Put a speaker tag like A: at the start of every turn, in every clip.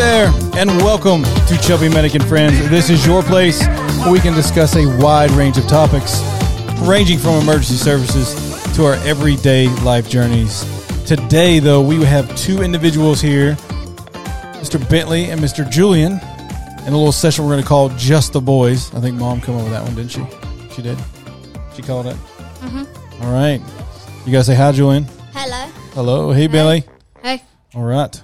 A: and welcome to Chubby Medic and Friends. This is your place where we can discuss a wide range of topics, ranging from emergency services to our everyday life journeys. Today, though, we have two individuals here, Mr. Bentley and Mr. Julian, in a little session we're going to call Just the Boys. I think Mom came up with that one, didn't she? She did. She called it. All right. You guys say hi, Julian.
B: Hello.
A: Hello. Hey, Bentley.
B: Hey.
A: All right. So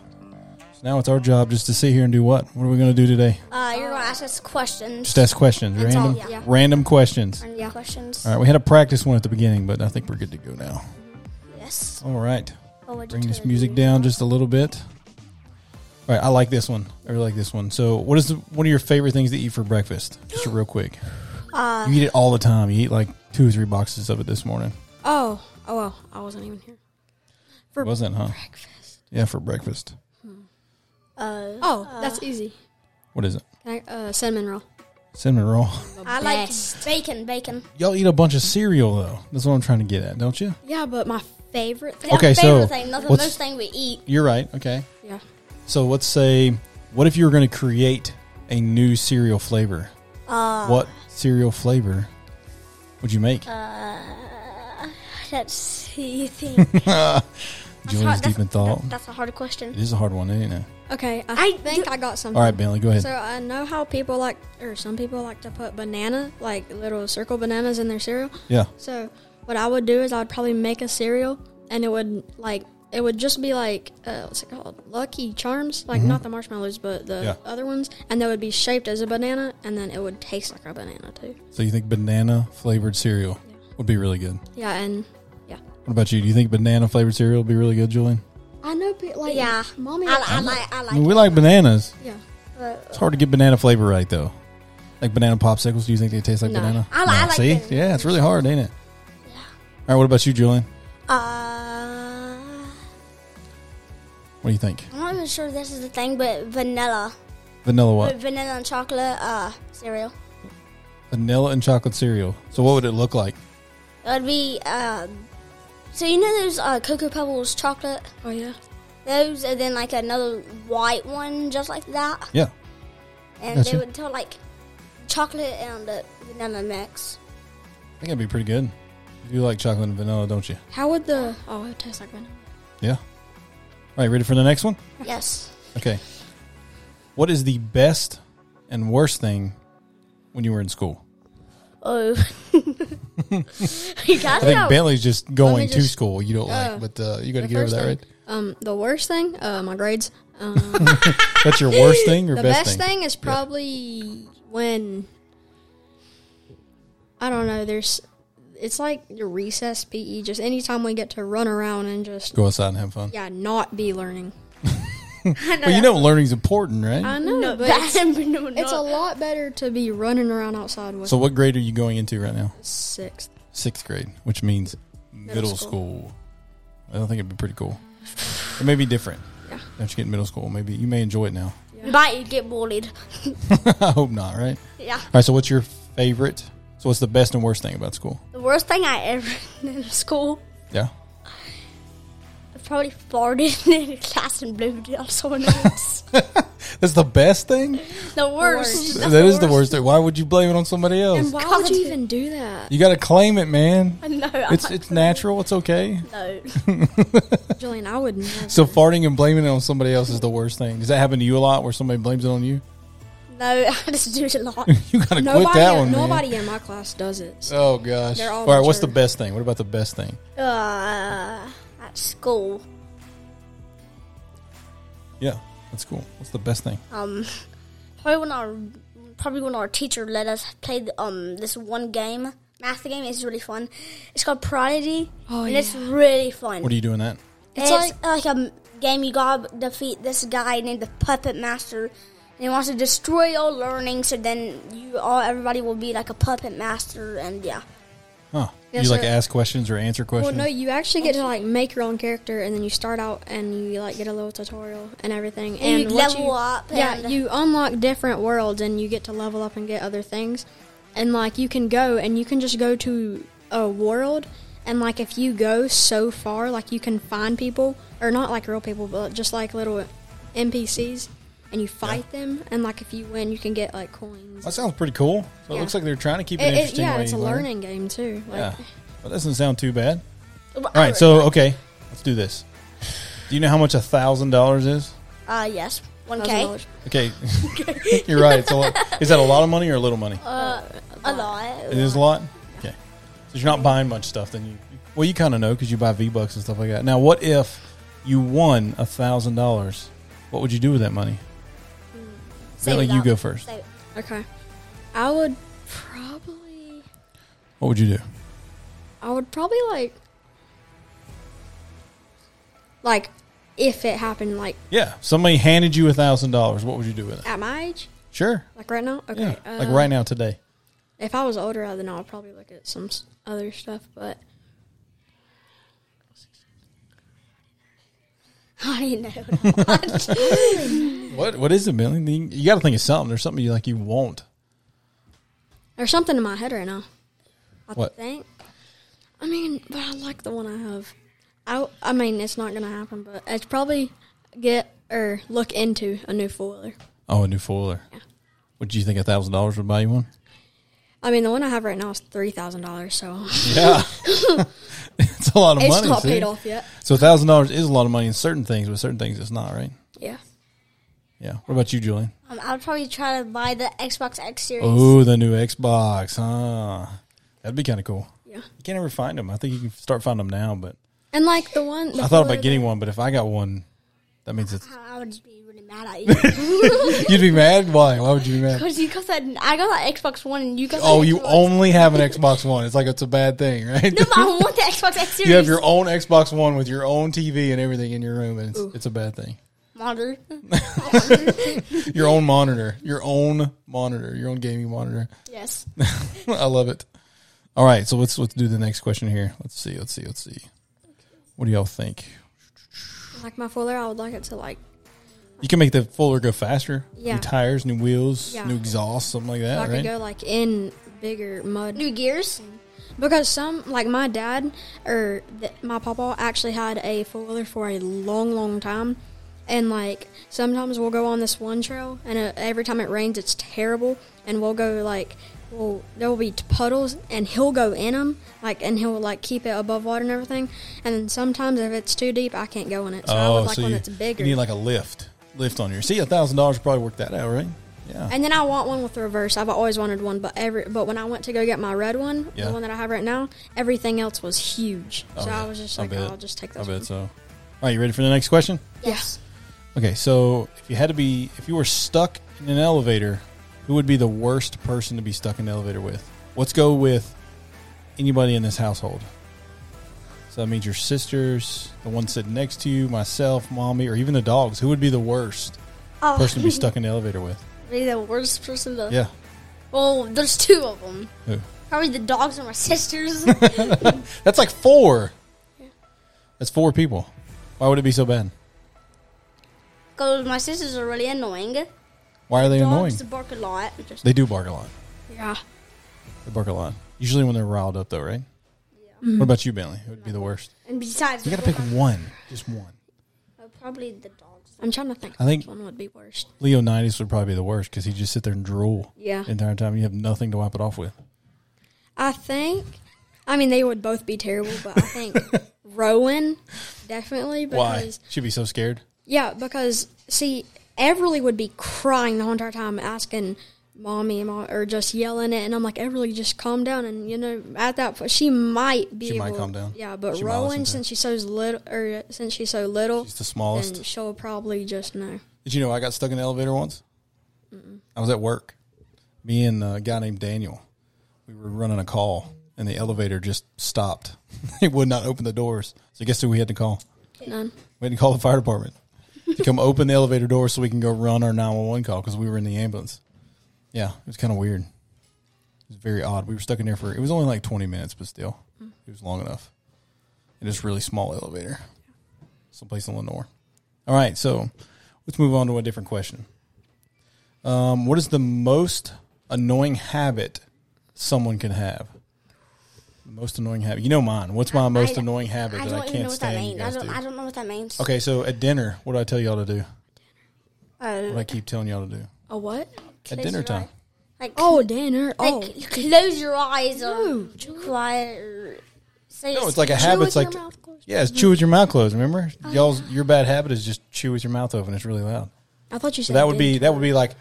A: now it's our job just to sit here and do what? What are we going to do today?
B: Uh, you're gonna ask us questions.
A: Just ask questions.
B: That's all,
A: random,
B: yeah.
A: random questions.
B: And yeah. Questions.
A: All right. We had a practice one at the beginning, but I think we're good to go now.
B: Yes.
A: All right.
B: Oh, what'd you
A: Bring this
B: do?
A: music down just a little bit. All right. I like this one. I really like this one. So, what is the, one of your favorite things to eat for breakfast? Just real quick.
C: Uh,
A: You eat it all the time. You eat like two or three boxes of it this morning.
C: oh, oh, well, I wasn't even here. For
A: Wasn't, huh?
C: breakfast.
A: Yeah, for breakfast.
B: Uh,
C: Oh, that's easy.
A: What is it?
C: Can I, uh, cinnamon roll.
A: Cinnamon roll.
B: I like bacon. Bacon.
A: Y'all eat a bunch of cereal though. That's what I'm trying to get at, don't you?
C: Yeah, but my favorite thing.
A: Oh. Okay,
B: favorite
A: so
B: thing, not the
A: what's-
B: most thing we eat.
A: You're right. Okay.
C: Yeah.
A: So let's say, what if you were going to create a new cereal flavor?
B: Uh,
A: what cereal flavor would you make?
B: Uh, let's see. Think.
A: Julian's deep in thought.
B: That's a hard question.
A: It is a hard one, isn't it?
C: Okay, I, think I got something.
A: All right, Bentley, go ahead.
C: So I know how people like, or some people like to put banana, like little circle bananas in their cereal.
A: yeah.
C: So what I would do is I would probably make a cereal, and it would like it would just be like uh, what's it called? Lucky Charms, like not the marshmallows, but the
A: Mm-hmm. Yeah.
C: other ones, and that would be shaped as a banana, and then it would taste like a banana too.
A: So you think banana flavored cereal would be really good?
C: Yeah, and yeah.
A: What about you? Do you think banana flavored cereal would be really good, Julian?
C: I know, but like,
B: Yeah.
C: mommy,
B: I, I like. I
A: I mean,
B: like.
A: we like bananas.
C: yeah,
B: but
A: It's hard to get banana flavor right though. Like banana popsicles, do you think they taste like
C: No.
A: banana?
B: I li- I
A: No.
B: like
A: See,
B: them.
A: yeah, it's really hard, ain't it? All right, what about you, Julian?
B: Uh,
A: What do you think?
B: I'm not even sure if this is the thing, but vanilla,
A: Vanilla what?
B: vanilla and chocolate uh cereal.
A: Vanilla and chocolate cereal. So what would it look like?
B: It would be uh, so you know those uh, cocoa pebbles chocolate.
C: oh yeah.
B: those and then like another white one just like that
A: Yeah.
B: and
A: Gotcha.
B: they would tell like chocolate and uh, vanilla mix
A: I think that'd be pretty good. You like chocolate and vanilla, don't you?
C: How would the oh it tastes like banana?
A: Yeah. All right, ready for the next one?
B: yes
A: Okay. What is the best and worst thing when you were in school?
B: oh you got
A: I think
B: it
A: Bentley's just going to
C: just-
A: school. You don't
C: uh,
A: like, but uh, you got to
C: the
A: get over
C: first
A: that,
C: thing.
A: right?
C: Um, the worst thing, uh, my grades. Um,
A: That's your worst thing or
C: the
A: best, thing?
C: is probably when I don't know. There's it's like your recess PE. Just anytime we get to run around and just
A: Go outside and have fun.
C: yeah, not be learning.
A: Well, you know, learning's important, right?
C: I know, but it's, it's a lot better to be running around outside with
A: so, what grade are you going into right now?
C: sixth.
A: Sixth grade, which means middle, school.
C: school.
A: I don't think it'd be pretty cool. It may be different.
C: Yeah.
A: Don't you get in middle school? Maybe you may enjoy it now.
B: might get bullied
A: I hope not, right?
B: yeah
A: All right, so what's your favorite? So what's the best and worst thing about school?
B: the worst thing i ever did in school
A: Yeah.
B: I probably farted in class and blamed it on someone else
A: That's the best thing?
B: the worst
C: worst.
A: That's the worst thing. Why would you blame it on somebody else?
C: And why would
B: Cognitive.
C: you even do that,
A: You got to claim it, man.
B: no
A: It's it's natural. It's okay.
B: no
C: Julian? I would never.
A: So farting and blaming it on somebody else is the worst thing. Does that happen to you a lot where somebody blames it on you?
B: no i just do it a lot
A: You got to
C: nobody,
A: quit that one,
C: nobody
A: man.
C: in my class does it. So
A: Oh gosh.
C: They're all
A: All right, what's the
C: mature.
A: best thing? What about the best thing?
B: uh, at school
A: Yeah. That's cool. What's the best thing?
B: um probably when our probably when our teacher let us play um this one game math game is really fun it's called prodigy
C: Oh,
B: and it's really fun
A: What are you doing that?
B: it's,
C: It's
B: like, a m- game you gotta defeat this guy named the puppet master and he wants to destroy all learning so then you all everybody will be like a puppet master and yeah
A: Huh?
C: Yeah,
A: you like
C: so-
A: ask questions or answer
C: well,
A: questions?
C: no, you actually get to like make your own character, and then you start out and you like get a little tutorial and everything,
B: And
C: and,
B: you
C: once
B: level up
C: Yeah,
B: and-
C: you unlock different worlds, and you get to level up and get other things, and like you can go and you can just go to a world, and like if you go so far, like you can find people or not like real people, but just like little NPCs, and you fight them, and like if you win, you can get like coins.
A: That sounds pretty cool. So it
C: Yeah.
A: looks like they're trying to keep it,
C: It- it-
A: interesting.
C: yeah,
A: while
C: it's
A: you
C: a
A: learn.
C: learning game too. Like,
A: Yeah, well, that doesn't sound too bad.
B: All
A: All right, so okay, let's do this. Do you know how much a thousand dollars is?
B: Uh, yes. 1K.
C: $1,000.
A: Okay, you're right. It's a lot. Is that a lot of money or a little money?
B: Uh, a lot.
A: It is a lot. Okay, so you're not buying much stuff. Then you, well, you kind of know because you buy V bucks and stuff like that. Now, what if you won a thousand dollars? What would you do with that money?
B: Save
A: Billy,
B: it
A: you
B: up.
A: go first.
B: Save-
C: Okay, I would probably,
A: What would you do?
C: I would probably like, like if it happened like
A: Yeah, somebody handed you a thousand dollars. What would you do with it?
C: at my age,
A: Sure.
C: like right now.
A: Yeah,
C: Okay,
A: like
C: uh,
A: right now today.
C: If I was older, then I would probably look at some s- other stuff, but
B: I didn't know.
A: What What is it, Billy? You- You got to think of something. There's something you like you want.
C: there's something in my head right now. I
A: What?
C: think. I mean, but I like the one I have. I, I mean, it's not gonna happen, but it's probably get or look into a new four wheeler.
A: Oh, a new foiler. Would you think a thousand dollars would buy you one?
C: I mean, the one I have right now is three thousand dollars, so
A: Yeah, it's a lot of
C: it's
A: money.
C: not
A: see?
C: paid off yet.
A: So a thousand dollars is a lot of money in certain things, but certain things it's not, right?
C: Yeah,
A: Yeah. What about you, Julian?
B: Um, I would probably try to buy the Xbox X Series.
A: Oh, the new Xbox, huh? That'd be kind of cool.
C: yeah.
A: You can't ever find them. I think you can start finding them now, but
C: And like the one, the
A: I thought
C: four-wheeler
A: about getting one. But if I got one, that means it's
B: I I would just be really mad at you
A: you'd be mad. Why? Why would you be mad?
B: because you got that. I got that Xbox One, and you got.
A: Oh,
B: that
A: you
B: Xbox-
A: only have an Xbox One. It's like it's a bad thing, right?
B: No, but I want the Xbox X Series.
A: You have your own Xbox One with your own TV and everything in your room, and it's,
C: Ooh.
A: it's a bad thing.
B: monitor.
A: Your own monitor, your own monitor, your own gaming monitor.
B: Yes.
A: I love it. All right, so let's let's do the next question here. Let's see, let's see, let's see. What do y'all think?
C: like my four wheeler, I would like it to like
A: You can make the Fuller go faster.
C: Yeah.
A: New tires, new wheels,
C: Yeah.
A: new exhaust, something like that,
C: I could
A: right?
C: go like in bigger mud.
B: New gears.
C: Because some, like my dad or th- my papa, actually had a four wheeler for a long, long time, and like sometimes we'll go on this one trail, and uh every time it rains, it's terrible, and we'll go like, well, there will be t- puddles, and he'll go in them, like, and he'll like keep it above water and everything, and then sometimes if it's too deep, I can't go in it, so I would like one
A: Oh, you,
C: that's bigger,
A: you need like a lift, lift on your. See, a thousand dollars would probably work that out, right? Yeah.
C: and then I want one with reverse. I've always wanted one, but every but when I went to go get my red one,
A: Yeah.
C: the one that I have right now, everything else was huge,
A: Oh,
C: so
A: yeah.
C: I was just
A: I
C: like,
A: bet.
C: oh, I'll just take
A: I
C: this. one.
A: bet so. All right, you ready for the next question?
B: Yes.
A: Okay, so if you had to be, if you were stuck in an elevator, who would be the worst person to be stuck in an elevator with? Let's go with anybody in this household. So that means your sisters, the one sitting next to you, myself, mommy, or even the dogs. Who would be the worst
B: Oh,
A: person to be stuck in the elevator with?
B: Be the worst person to.
A: Yeah.
B: Well, there's two of them.
A: Who?
B: Probably the dogs and my sisters.
A: That's like four. That's four people. Why would it be so bad?
B: Because my sisters are really annoying.
A: Why are they annoying?
B: Dogs bark a lot. Just,
A: They do bark a lot.
C: Yeah.
A: They bark a lot. Usually when they're riled up, though, right? What about you, Bentley? Who would be the worst?
B: and besides,
A: We
B: uh,
A: gotta pick one, just one.
B: probably the dogs.
C: I'm trying to think.
A: I think-
C: which one would be worst.
A: Leonidas would probably be the worst because he just sit there and drool
C: Yeah.
A: the entire time. You have nothing to wipe it off with.
C: I think. I mean, they would both be terrible, but I think Rowan definitely
A: Why?
C: because
A: She'd be so scared.
C: yeah, because see, Everly would be crying the whole entire time, asking mommy and mom, or just yelling it, and I'm like, Everly, just calm down, and you know, at that point, she might be
A: She might
C: able-
A: calm down.
C: Yeah, but
A: She might listen
C: Rowan,
A: to
C: since she's so little, or since she's so little,
A: She's the smallest.
C: then she'll probably just know.
A: Did you know I got stuck in the elevator once? I was at work. Me and a guy named Daniel, we were running a call, and the elevator just stopped. it would not open the doors. So guess who we had to call?
C: None.
A: We had to call the fire department to come open the elevator door so we can go run our 911 call because we were in the ambulance. Yeah, it was kind of weird. It was very odd. We were stuck in there for, it was only like 20 minutes, but still,
B: Mm.
A: it was long enough. And it's a really small elevator, someplace in Lenore. All right, so let's move on to a different question. Um, what is the most annoying habit someone can have? The most annoying habit. You know mine. What's my most
B: I-
A: annoying habit
B: I
A: that
B: don't
A: I
B: even know
A: can't
B: what that
A: stand? you
B: means. I
A: guys
B: don't,
A: do?
B: I don't know what that means.
A: Okay, so at dinner, what do I tell y'all to do?
B: Uh,
A: What I keep telling y'all to do
C: A what?
A: at dinner time.
B: Like
C: Oh, dinner.
B: like
C: Oh,
B: you close your eyes
C: No,
B: or quiet or say
A: No, it's like a habit. It's like yeah, it's chew with your mouth closed. Remember, y'all's your bad habit is just chew with your mouth open. It's really loud.
C: I thought you
A: So
C: said
A: that would be that would be like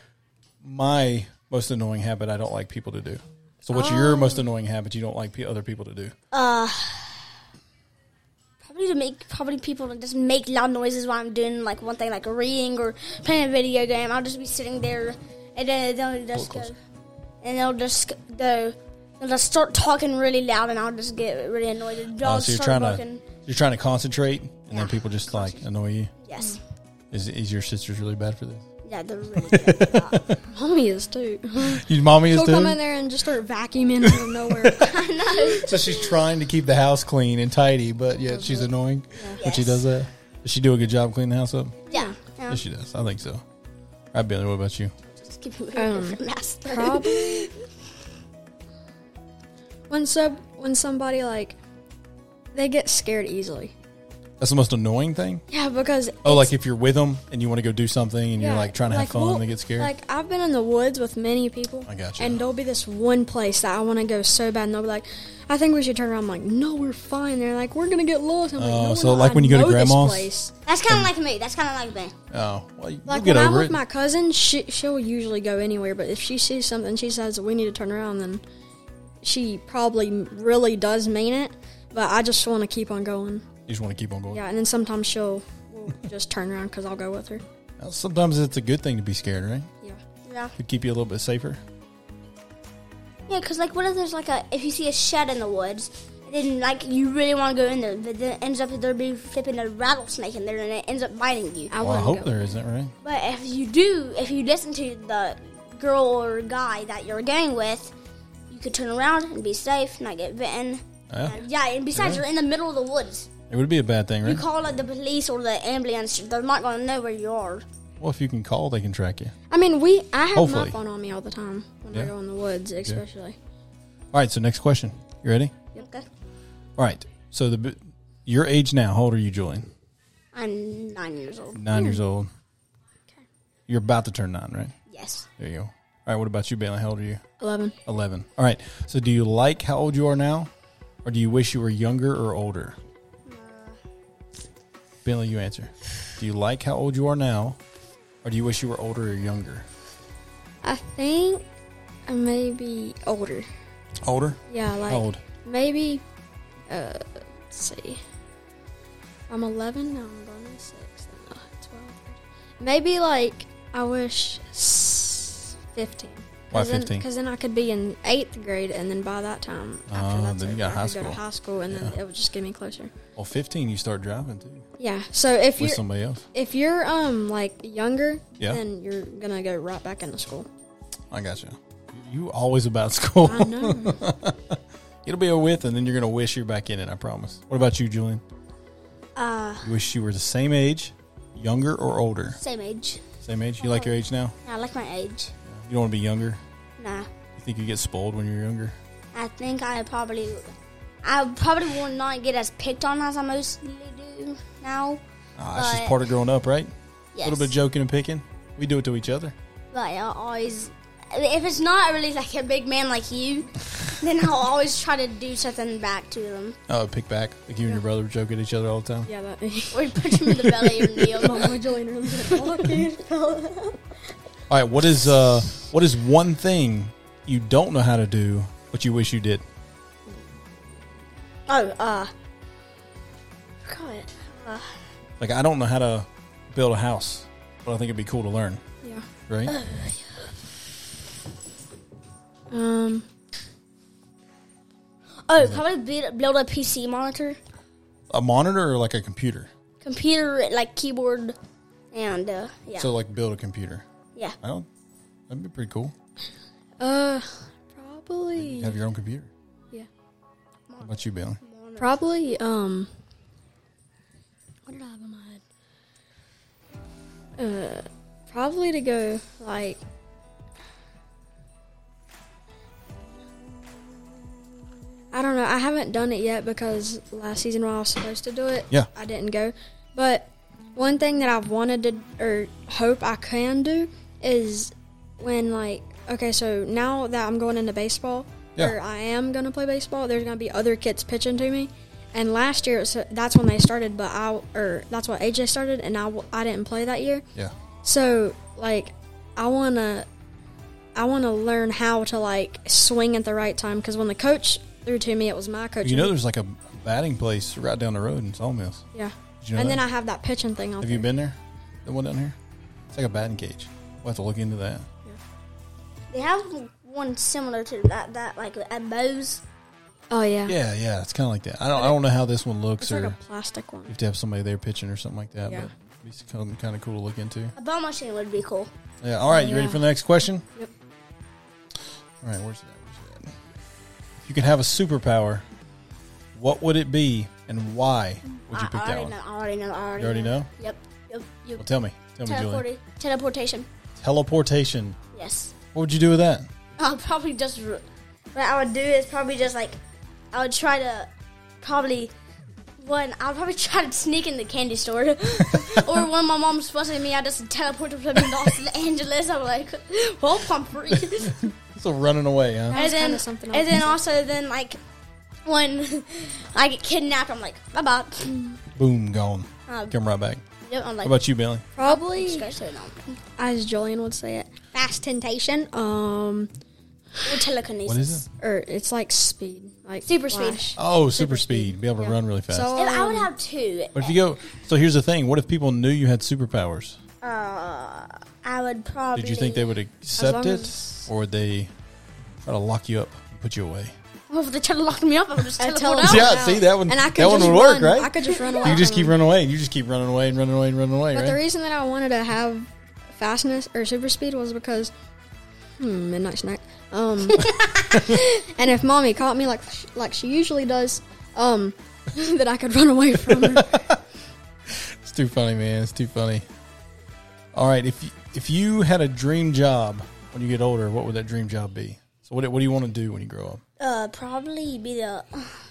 A: my most annoying habit. I don't like people to do. So what's your most annoying habit you don't like pe- other people to do?
B: probably to make probably people to just make loud noises while I'm doing like one thing like reading or playing a video game. I'll just be sitting there and then they'll just go
A: closer.
B: and they'll just go they'll just start talking really loud and I'll just get really annoyed. The
A: Uh,
B: dogs
A: so you're
B: start
A: trying
B: barking.
A: to you're trying to concentrate, and
B: Yeah.
A: then people just like annoy you.
B: Yes.
A: Mm. Is is your sister's really bad for this?
B: Yeah, they're really good.
C: Mommy is too.
A: Your mommy is
C: She'll come in
A: too.
C: there and just start vacuuming out of nowhere.
A: So she's trying to keep the house clean and tidy, but yet she's annoying when she
B: Yes.
A: does that. Does she do a good job cleaning the house up?
B: Yeah. yeah.
A: Yes, she does. I think so. All right, Billy. What about you?
B: Just keep it
C: Um,
B: last
C: Probably when sub when somebody like they get scared easily.
A: That's the most annoying thing.
C: Yeah, because
A: Oh, like if you're with them and you want to go do something and
C: yeah,
A: you're like trying to have fun
C: we'll-
A: and they get scared.
C: Like I've been in the woods with many people.
A: I gotcha.
C: And there'll be this one place that I want to go so bad, and they'll be like, "I think we should turn around." I'm like, "No, we're fine." They're like, "We're gonna get lost." I'm like,
A: Oh,
C: no, we're
A: so
C: not.
A: like
C: I
A: when you go to
C: know this
A: grandma's?
C: place."
B: That's kinda like me. That's kinda like me.
A: oh, well, you
C: Like
A: get
C: when I'm
A: over it.
C: with my cousin, she she'll usually go anywhere. But if she sees something, she says we need to turn around. Then she probably really does mean it. But I just want to keep on going.
A: you just want to keep on going.
C: Yeah, and then sometimes she'll will just turn around because I'll go with her.
A: Now, Sometimes it's a good thing to be scared, right?
C: Yeah,
B: Yeah.
A: Could keep you a little bit safer.
B: Yeah, because like, what if there's like a if you see a shed in the woods, and then like you really want to go in there, but then it ends up there be flipping a rattlesnake in there, and it ends up biting you.
C: I
A: Well, I
C: wouldn't
A: hope
C: go.
A: there isn't, right?
B: But if you do, if you listen to the girl or guy that you're going with, you could turn around and be safe, not get bitten.
A: Yeah.
B: And, yeah, and besides,
A: Yeah.
B: you're in the middle of the woods.
A: It would be a bad thing,
B: You
A: right?
B: call like, the police or the ambulance; they're not going to know where you are.
A: well, if you can call, they can track you.
C: I mean, we I have
A: Hopefully.
C: my phone on me all the time when
A: Yeah.
C: I go in the woods, especially.
A: All right. So next question. You ready?
B: Okay,
A: All right. So the b- your age now. How old are you, Julian?
B: I'm nine years old.
A: Nine years old. You're about to turn nine, right?
B: Yes,
A: There you go. All right. What about you, Bailey? How old are you?
C: Eleven.
A: Eleven. All right. So do you like how old you are now, or do you wish you were younger or older? Bailey, you answer. Do you like how old you are now, or do you wish you were older or younger?
C: I think I may be older.
A: Older.
C: Yeah, like
A: How old?
C: maybe. Uh, let's see. I'm 11. No, I'm going to six. No, 12. Maybe like I wish s- 15.
A: Why 15?
C: Because then, I could be in eighth grade, and then by that time, after
A: Oh,
C: that's
A: then you
C: over,
A: got
C: I
A: high
C: could go
A: school.
C: to high school, and then it would just get me closer.
A: Well, fifteen. You start driving too
C: Yeah. So if
A: with
C: you're
A: somebody else.
C: if you're um like younger,
A: Yeah.
C: then you're gonna go right back into school.
A: I got you. You always about school.
C: I know.
A: It'll be a with, and then you're gonna wish you're back in it. I promise. What about you, Julian? Uh, you wish you were the same age, younger or older?
B: same age.
A: Same age. You like your age now?
B: I like my age.
A: You don't want to be younger.
B: Nah.
A: You think you get spoiled when you're younger?
B: I think I probably, I probably will not get as picked on as I mostly do now.
A: Ah, that's just
B: But-
A: part of growing up, right?
B: Yes,
A: A little bit of joking and picking. We do it to each other.
B: but I'll always, if it's not really like a big man like you, then I'll always try to do something back to them,
A: Oh, pick back. Like you and your brother joke at each other all the time.
C: yeah. That.
B: or punch them in the belly or kneel. them.
C: Mom, Julian really good.
A: All right. What is uh? What is one thing you don't know how to do, but you wish you did?
B: Oh, uh, forgot it. Uh,
A: Like I don't know how to build a house, but I think it'd be cool to learn.
C: Yeah.
A: Right?
C: Um.
B: oh, probably build, build a PC monitor,
A: a monitor or like a computer?
B: computer like keyboard, and uh, yeah,
A: So like build a computer.
B: yeah.
A: I don't. That'd be pretty cool.
C: Uh, probably.
A: Have your own computer.
C: Yeah.
A: What about you, Bailey?
C: Probably. Um. What did I have in my head? Uh, probably to go like. I don't know. I haven't done it yet because last season when I was supposed to do it,
A: Yeah.
C: I didn't go. But one thing that I've wanted to or hope I can do is when like okay, so now that I'm going into baseball
A: Yeah.
C: or I am going to play baseball, there's going to be other kids pitching to me. And last year, so that's when they started, but I or that's what AJ started, and I, w- I didn't play that year.
A: Yeah.
C: So like, I wanna, I wanna learn how to like swing at the right time because when the coach threw to me, it was my coach.
A: You know, there's like a batting place right down the road in Sawmills.
C: yeah.
A: Did you know
C: and
A: that?
C: then I have that pitching thing. Out
A: Have you
C: there.
A: been there? The one down here? It's like a batting cage. We'll have to look into that.
B: They have one similar to that, that like at Bose.
C: Oh yeah.
A: Yeah, yeah. It's kind of like that. I don't, I don't know how this one looks
C: It's
A: or
C: like a
A: you
C: plastic one.
A: have to have somebody there pitching or something like that.
C: Yeah.
A: But it's kind of, kind of cool to look into.
B: A ball machine would be cool.
A: Yeah. All right. You ready
C: Yeah.
A: for the next question?
C: Yep.
A: All right. Where's that? Where's that? If you could have a superpower, what would it be and why would you
B: I-
A: pick
B: I
A: that
B: already
A: one?
B: know. I already know. I already,
A: You already know?
B: Yep. Yep. yep.
A: Well, tell me. Tell me, Julie.
B: Teleporti- teleportation.
A: Teleportation.
B: Yes.
A: What would you do with that?
B: I'll probably just. r- What I would do is probably just like, I would try to, probably, one. I would probably try to sneak in the candy store, or when my mom's fussing me, I just teleport to Los Angeles. I'm like, well, I'm free.
A: So running away, huh?
C: That
B: and
C: was
B: then,
C: kinda something I
B: and
C: was
B: then
C: thinking.
B: also then like, when I get kidnapped, I'm like, bye bye.
A: Boom, gone.
B: Um,
A: Come right back.
B: Yep, I'm
A: How
B: like,
A: about you, Billy?
C: Probably,
B: scratch it on.
C: as Julian would say it, fast temptation. Um,
B: Or telekinesis.
A: What is it?
C: or it's like speed, like
B: Super speed.
C: flash.
A: Oh, super, speed. Be able to run really fast.
C: So
B: If I would have two,
A: but if you go, so here's the thing: what if people knew you had superpowers?
B: uh, I would probably.
A: Did you think they would accept
C: long
A: it,
C: as-
A: or would they try to lock you up and put you away?
B: Well, if they try to lock me up, I'm just
C: I
B: teleport
C: tele-
B: out.
A: Yeah, see, that one-
C: And I could
A: that one
C: just
A: would work,
C: run.
A: right?
C: I could just run
A: You
C: away.
A: can just
C: from
A: keep
B: Um,
C: them.
A: running away, and you just keep running away and running away and running away,
C: But the
A: right?
C: reason that I wanted to have fastness or super speed was because hmm, midnight snack. Um, and if mommy caught me like sh- like she usually does, um, that I could run away from her.
A: It's too funny, man. It's too funny. All right, if you, if you had a dream job when you get older, what would that dream job be? So, what, what do you want to do when you grow up?
B: Uh, probably be the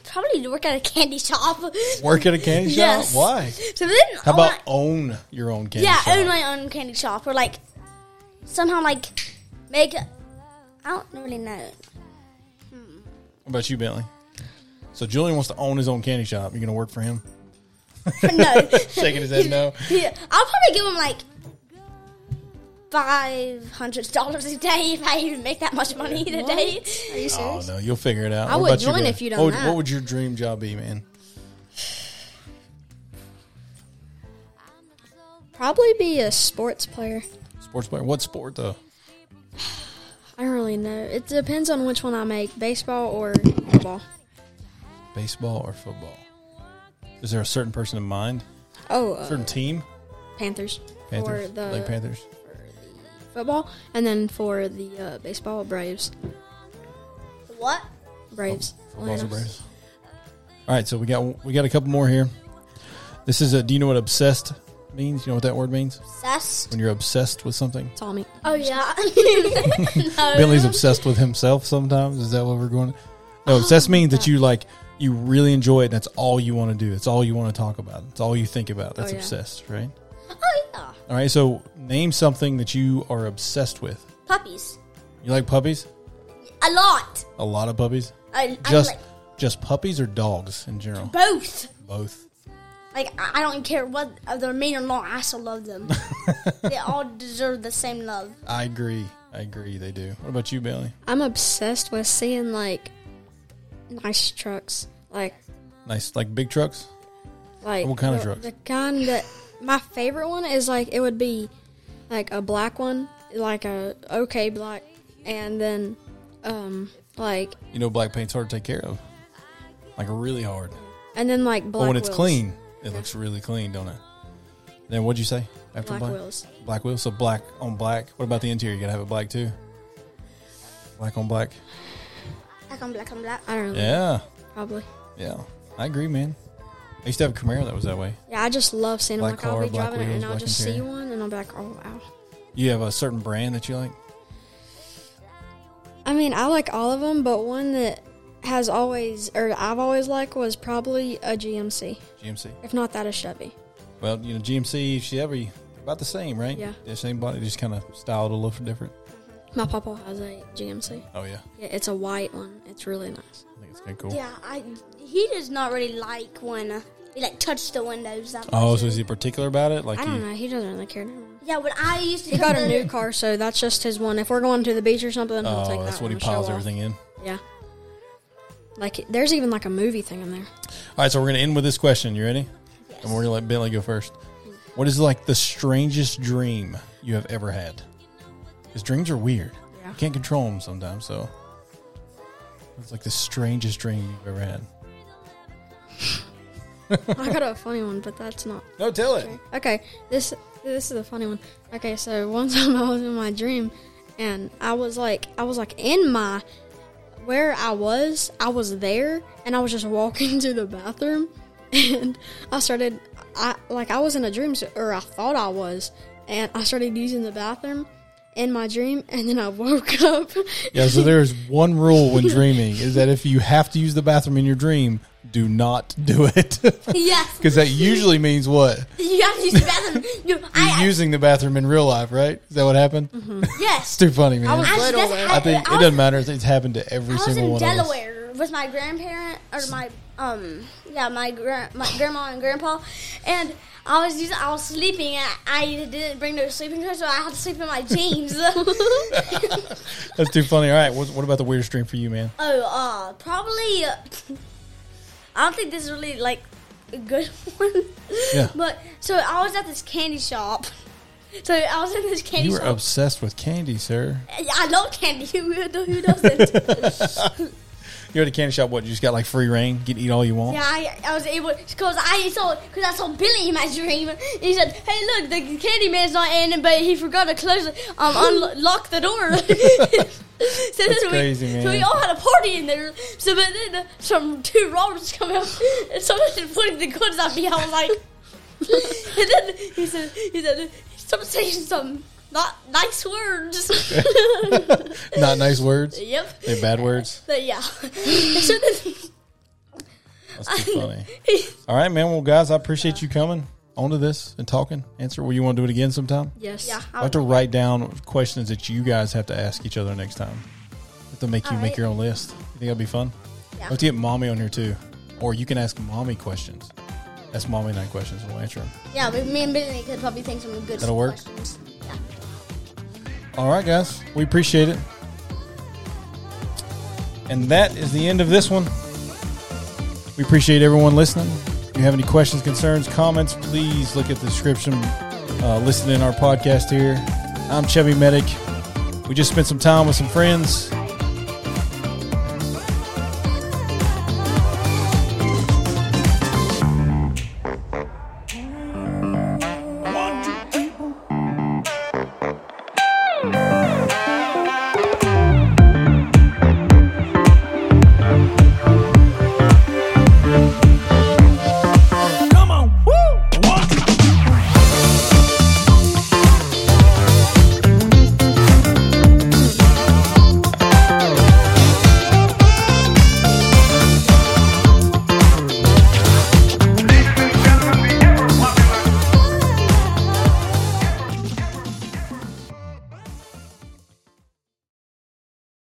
B: probably to work at a candy shop.
A: Work at a candy shop?
B: Yes.
A: Why?
B: So then,
A: How
B: I
A: about
B: want-
A: own your own candy
B: yeah,
A: shop?
B: own my own candy shop or like somehow like make. I don't really know.
A: What about you, Bentley? So Julian wants to own his own candy shop. You're gonna work for him?
B: no,
A: Shaking his head no.
B: yeah, I'll probably give him like five hundred dollars a day if I even make that much money in a day.
C: Are you
A: Oh
C: serious?
A: no, you'll figure it out.
C: I
A: What
C: would
A: about
C: join
A: Billy?
C: if you done
A: what would,
C: that.
A: What would your dream job be, man?
C: Probably be a sports player.
A: Sports player. What sport though?
C: I don't really know. It depends on which one I make: baseball or football.
A: Baseball or football? Is there a certain person in mind?
C: Oh, uh,
A: Certain team?
C: Panthers,
A: Panthers.
C: for the
A: like Panthers.
C: football, and then for the uh, baseball, Braves.
B: What?
C: Braves.
A: Oh, Football's a
C: Atlanta.
A: brand. All right, so we got we got a couple more here. This is a. Do you know what obsessed means? You know what that word means?
B: Obsessed?
A: When you're obsessed with something.
C: It's all me.
B: Oh yeah. no.
A: Bentley's obsessed with himself sometimes. Is that what we're going?
C: Oh,
A: No, obsessed means that you like you really enjoy it and that's all you want to do. It's all you want to talk about. It's all you think about. That's
C: Oh, yeah.
A: obsessed, right?
B: Oh yeah.
A: All right, so name something that you are obsessed with.
B: Puppies.
A: You like puppies?
B: A lot.
A: A lot of puppies?
B: I, I
A: Just
B: like
A: just puppies or dogs in general?
B: both.
A: Both.
B: Like I I don't care what uh, they're mean or not. I still love them. they all deserve the same love.
A: I agree. I agree they do. What about you, Bailey?
C: I'm obsessed with seeing like nice trucks, like
A: Nice like big trucks?
C: like
A: What kind
C: the,
A: of trucks?
C: The kind that my favorite one is like it would be like a black one, like a okay black, and then um like
A: You know black paint's hard to take care of. Like really hard.
C: and then like black.
A: but Oh, when it's
C: wheels.
A: clean, it looks really clean, don't it? Then what'd you say after
C: Black wheels.
A: Black wheels. So black on black. What about the interior? You gotta have it black too. Black on black.
B: Black on black on black.
C: I don't know,
A: Yeah,
C: probably.
A: yeah. I agree, man. I used to have a Camaro that was that way.
C: Yeah, I just love seeing
A: Black
C: them. Like I'll
A: car,
C: be
A: black
C: driving it
A: wheels,
C: and I'll
A: black
C: just see
A: interior.
C: one and I'll be like, oh wow.
A: You have a certain brand that you like.
C: I mean, I like all of them, but one that has always or I've always liked was probably a GMC,
A: GMC.
C: if not that a Chevy.
A: Well, you know, GMC, Chevy, about the same, right?
C: Yeah.
A: The same body, just kind of styled a little different.
C: My papa has a GMC.
A: Oh, yeah.
C: Yeah, it's a white one. It's really nice.
A: I think it's kind of cool.
B: Yeah, I he does not really like when uh, he like touched the windows. that
A: Oh,
B: much.
A: so is he particular about it? Like
C: I
A: he,
C: don't know. He doesn't really care. Never mind.
B: yeah, but I used to
C: He got a
B: come
C: new
B: to-
C: car, so that's just his one. If we're going to the beach or something, he'll take
A: Oh,
C: that
A: that's what
C: one
A: he
C: to show
A: piles
C: off.
A: everything in.
C: Yeah. Like there's even like a movie thing in there.
A: All right, so we're going to end with this question. You ready? And we're going to let Bentley go first. What is like the strangest dream you have ever had? Because dreams are weird.
C: Yeah.
A: You can't control them sometimes, so. It's like the strangest dream you've ever had.
C: I got a funny one, but that's not
A: No, tell it.
C: true. Okay, this this is a funny one. Okay, so one time I was in my dream, and I was like, I was like in my where I was, I was there, and I was just walking to the bathroom, and I started, I like I was in a dream, so- or I thought I was, and I started using the bathroom in my dream, and then I woke up.
A: Yeah, so there's one rule when dreaming is that if you have to use the bathroom in your dream, do not do it.
B: Yes,
A: Because that usually means what?
B: you have to use the bathroom. You,
A: You're
B: I,
A: using the bathroom in real life, right? Is that what happened?
C: Mm-hmm.
B: I, yes,
A: It's too funny, man. I,
B: I,
C: Little
B: that's-
C: way.
B: I-
A: think
B: I
A: it
B: was-
A: doesn't matter. It's happened to every
B: I was
A: single
B: in
A: one of us.
B: Delaware with my grandparent or my um yeah my gra- my grandma and grandpa, and I was using, I was sleeping and I didn't bring no sleeping clothes, so I had to sleep in my jeans. oh,
A: That's too funny. All right, what, what about the weirdest dream for you, man?
B: uh, probably. Uh, I don't think this is really like a good one.
A: Yeah.
B: But so I was at this candy shop. So I was in this candy
A: You were
B: shop.
A: obsessed with candy, sir.
B: I love candy. Who, who doesn't?
A: You're at a candy shop. What? You just got like free reign. Get to eat all you want.
B: Yeah, I, I was able because I saw because I saw Billy in my dream. And he said, "Hey, look, the candy man's not in, but he forgot to close um unlock the door." so
A: That's
B: we,
A: crazy,
B: So we
A: man.
B: all had a party in there. So but then uh, some two robbers come out and someone started putting the guns at me. I was like, and then he said, he said, stop saying some not nice words.
A: Not nice words.
B: yep.
A: They're bad words.
B: But yeah. so then.
A: That's too funny. All right, man. Well, guys, I appreciate you coming onto this and talking. Answer. Will you want to do it again sometime?
C: yes.
B: Yeah,
A: I have to write down questions that you guys have to ask each other next time. I have to make you
B: All
A: make
B: right.
A: your own list. You think that'd be fun?
B: Yeah.
A: I have to get mommy on here too, or you can ask mommy questions. Ask mommy nine questions, and we'll answer them.
B: Yeah, but me and Billy could probably think some good
A: That'll work.
B: questions.
A: All right, guys, we appreciate it. And that is the end of this one. We appreciate everyone listening. If you have any questions, concerns, comments, please look at the description. Uh, listen in our podcast here. I'm Chevy Medic. We just spent some time with some friends.